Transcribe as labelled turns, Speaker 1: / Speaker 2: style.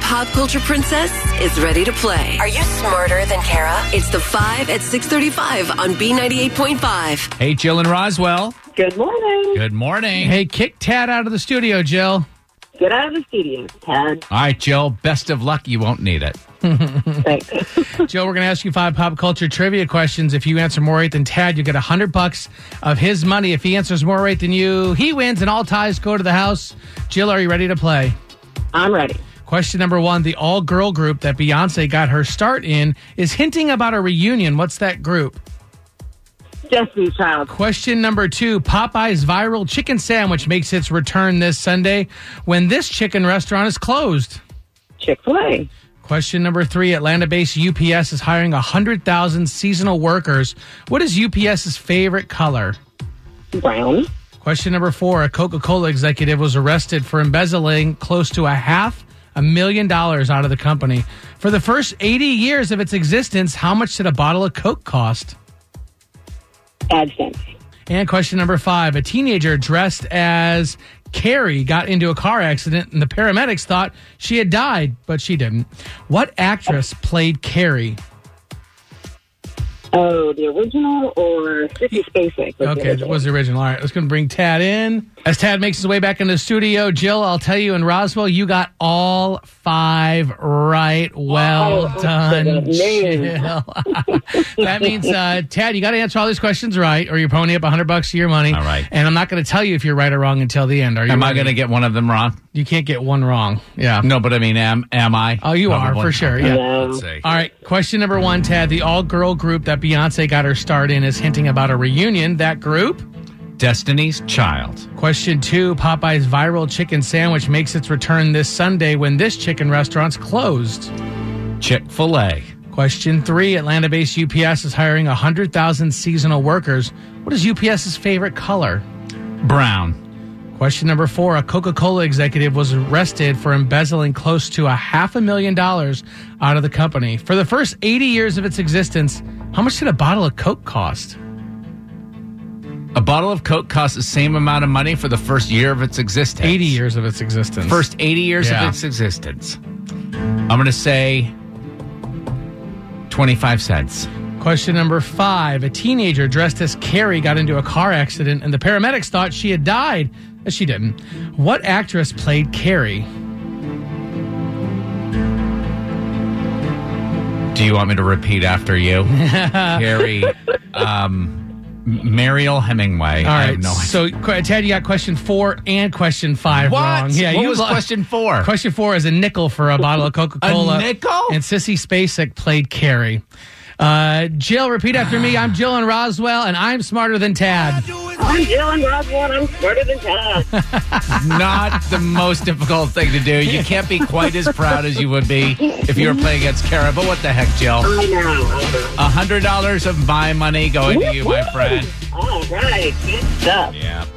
Speaker 1: pop culture princess is ready to play.
Speaker 2: Are you smarter than Kara?
Speaker 1: It's the 5 at 635 on B98.5.
Speaker 3: Hey, Jill and Roswell.
Speaker 4: Good morning.
Speaker 3: Good morning.
Speaker 5: Hey, kick Tad out of the studio, Jill.
Speaker 4: Get out of the studio, Ted.
Speaker 3: All right, Jill, best of luck. You won't need it.
Speaker 4: Thanks.
Speaker 5: Jill, we're going to ask you five pop culture trivia questions. If you answer more right than Tad, you get a hundred bucks of his money. If he answers more right than you, he wins, and all ties go to the house. Jill, are you ready to play?
Speaker 4: I'm ready.
Speaker 5: Question number one: The all-girl group that Beyonce got her start in is hinting about a reunion. What's that group?
Speaker 4: Destiny Child.
Speaker 5: Question number two Popeye's viral chicken sandwich makes its return this Sunday when this chicken restaurant is closed.
Speaker 4: Chick fil A.
Speaker 5: Question number three Atlanta based UPS is hiring 100,000 seasonal workers. What is UPS's favorite color?
Speaker 4: Brown.
Speaker 5: Question number four A Coca Cola executive was arrested for embezzling close to a half a million dollars out of the company. For the first 80 years of its existence, how much did a bottle of Coke cost?
Speaker 4: AdSense.
Speaker 5: And question number five A teenager dressed as Carrie got into a car accident, and the paramedics thought she had died, but she didn't. What actress played Carrie?
Speaker 4: Oh, the original or 50 Spacek? Was
Speaker 5: Okay,
Speaker 4: the
Speaker 5: that was the original. All right, let's going to bring Tad in. As Tad makes his way back into the studio, Jill, I'll tell you, and Roswell, you got all five right. Well
Speaker 4: Oh,
Speaker 5: done,
Speaker 4: man.
Speaker 5: Jill. that means, uh, Tad, you got to answer all these questions right, or you're ponying up 100 bucks of your money.
Speaker 3: All right.
Speaker 5: And I'm not going to tell you if you're right or wrong until the end. Are you?
Speaker 3: Am I
Speaker 5: ready?
Speaker 3: going to get one of them wrong?
Speaker 5: You can't get one wrong. Yeah.
Speaker 3: No, but I mean, am am I?
Speaker 5: Oh, you are, for sure, yeah.
Speaker 4: No.
Speaker 3: Let's see.
Speaker 5: All right, question number one, Tad. The all girl group that Beyonce got her start in is hinting about a reunion. That group?
Speaker 3: Destiny's Child.
Speaker 5: Question two Popeye's viral chicken sandwich makes its return this Sunday when this chicken restaurant's closed.
Speaker 3: Chick Fil A.
Speaker 5: Question three Atlanta based UPS is hiring 100,000 seasonal workers. What is UPS's favorite color?
Speaker 3: Brown.
Speaker 5: Question number four A Coca Cola executive was arrested for embezzling close to a half a million dollars out of the company. For the first 80 years of its existence, how much did a bottle of Coke cost?
Speaker 3: A bottle of Coke costs the same amount of money for the first year of its existence.
Speaker 5: 80 years of its existence.
Speaker 3: First 80 years
Speaker 5: Yeah.
Speaker 3: of its existence. I'm going to say 25 cents.
Speaker 5: Question number five. A teenager dressed as Carrie got into a car accident and the paramedics thought she had died. but She didn't. What actress played Carrie?
Speaker 3: Do you want me to repeat after you? Carrie, um, M- Mariel Hemingway.
Speaker 5: All
Speaker 3: I
Speaker 5: right.
Speaker 3: have no idea.
Speaker 5: so, qu- Ted, you got question four and question five
Speaker 3: what?
Speaker 5: wrong.
Speaker 3: what
Speaker 5: you
Speaker 3: was
Speaker 5: lost.
Speaker 3: question four?
Speaker 5: Question four is a nickel for a bottle of Coca Cola.
Speaker 3: A nickel?
Speaker 5: And Sissy Spacek played Carrie. Uh, Jill, repeat after me. I'm Jill and Roswell, and I'm smarter than Tad.
Speaker 4: I'm Dylan Roswell, and I'm smarter than Todd.
Speaker 3: Not the most difficult thing to do. You can't be quite as proud as you would be if you were playing against Kara. But what the heck, Jill?
Speaker 4: I know. I know.
Speaker 3: A hundred dollars of my money going to you, my friend.
Speaker 4: All right. Good stuff.
Speaker 3: Yeah.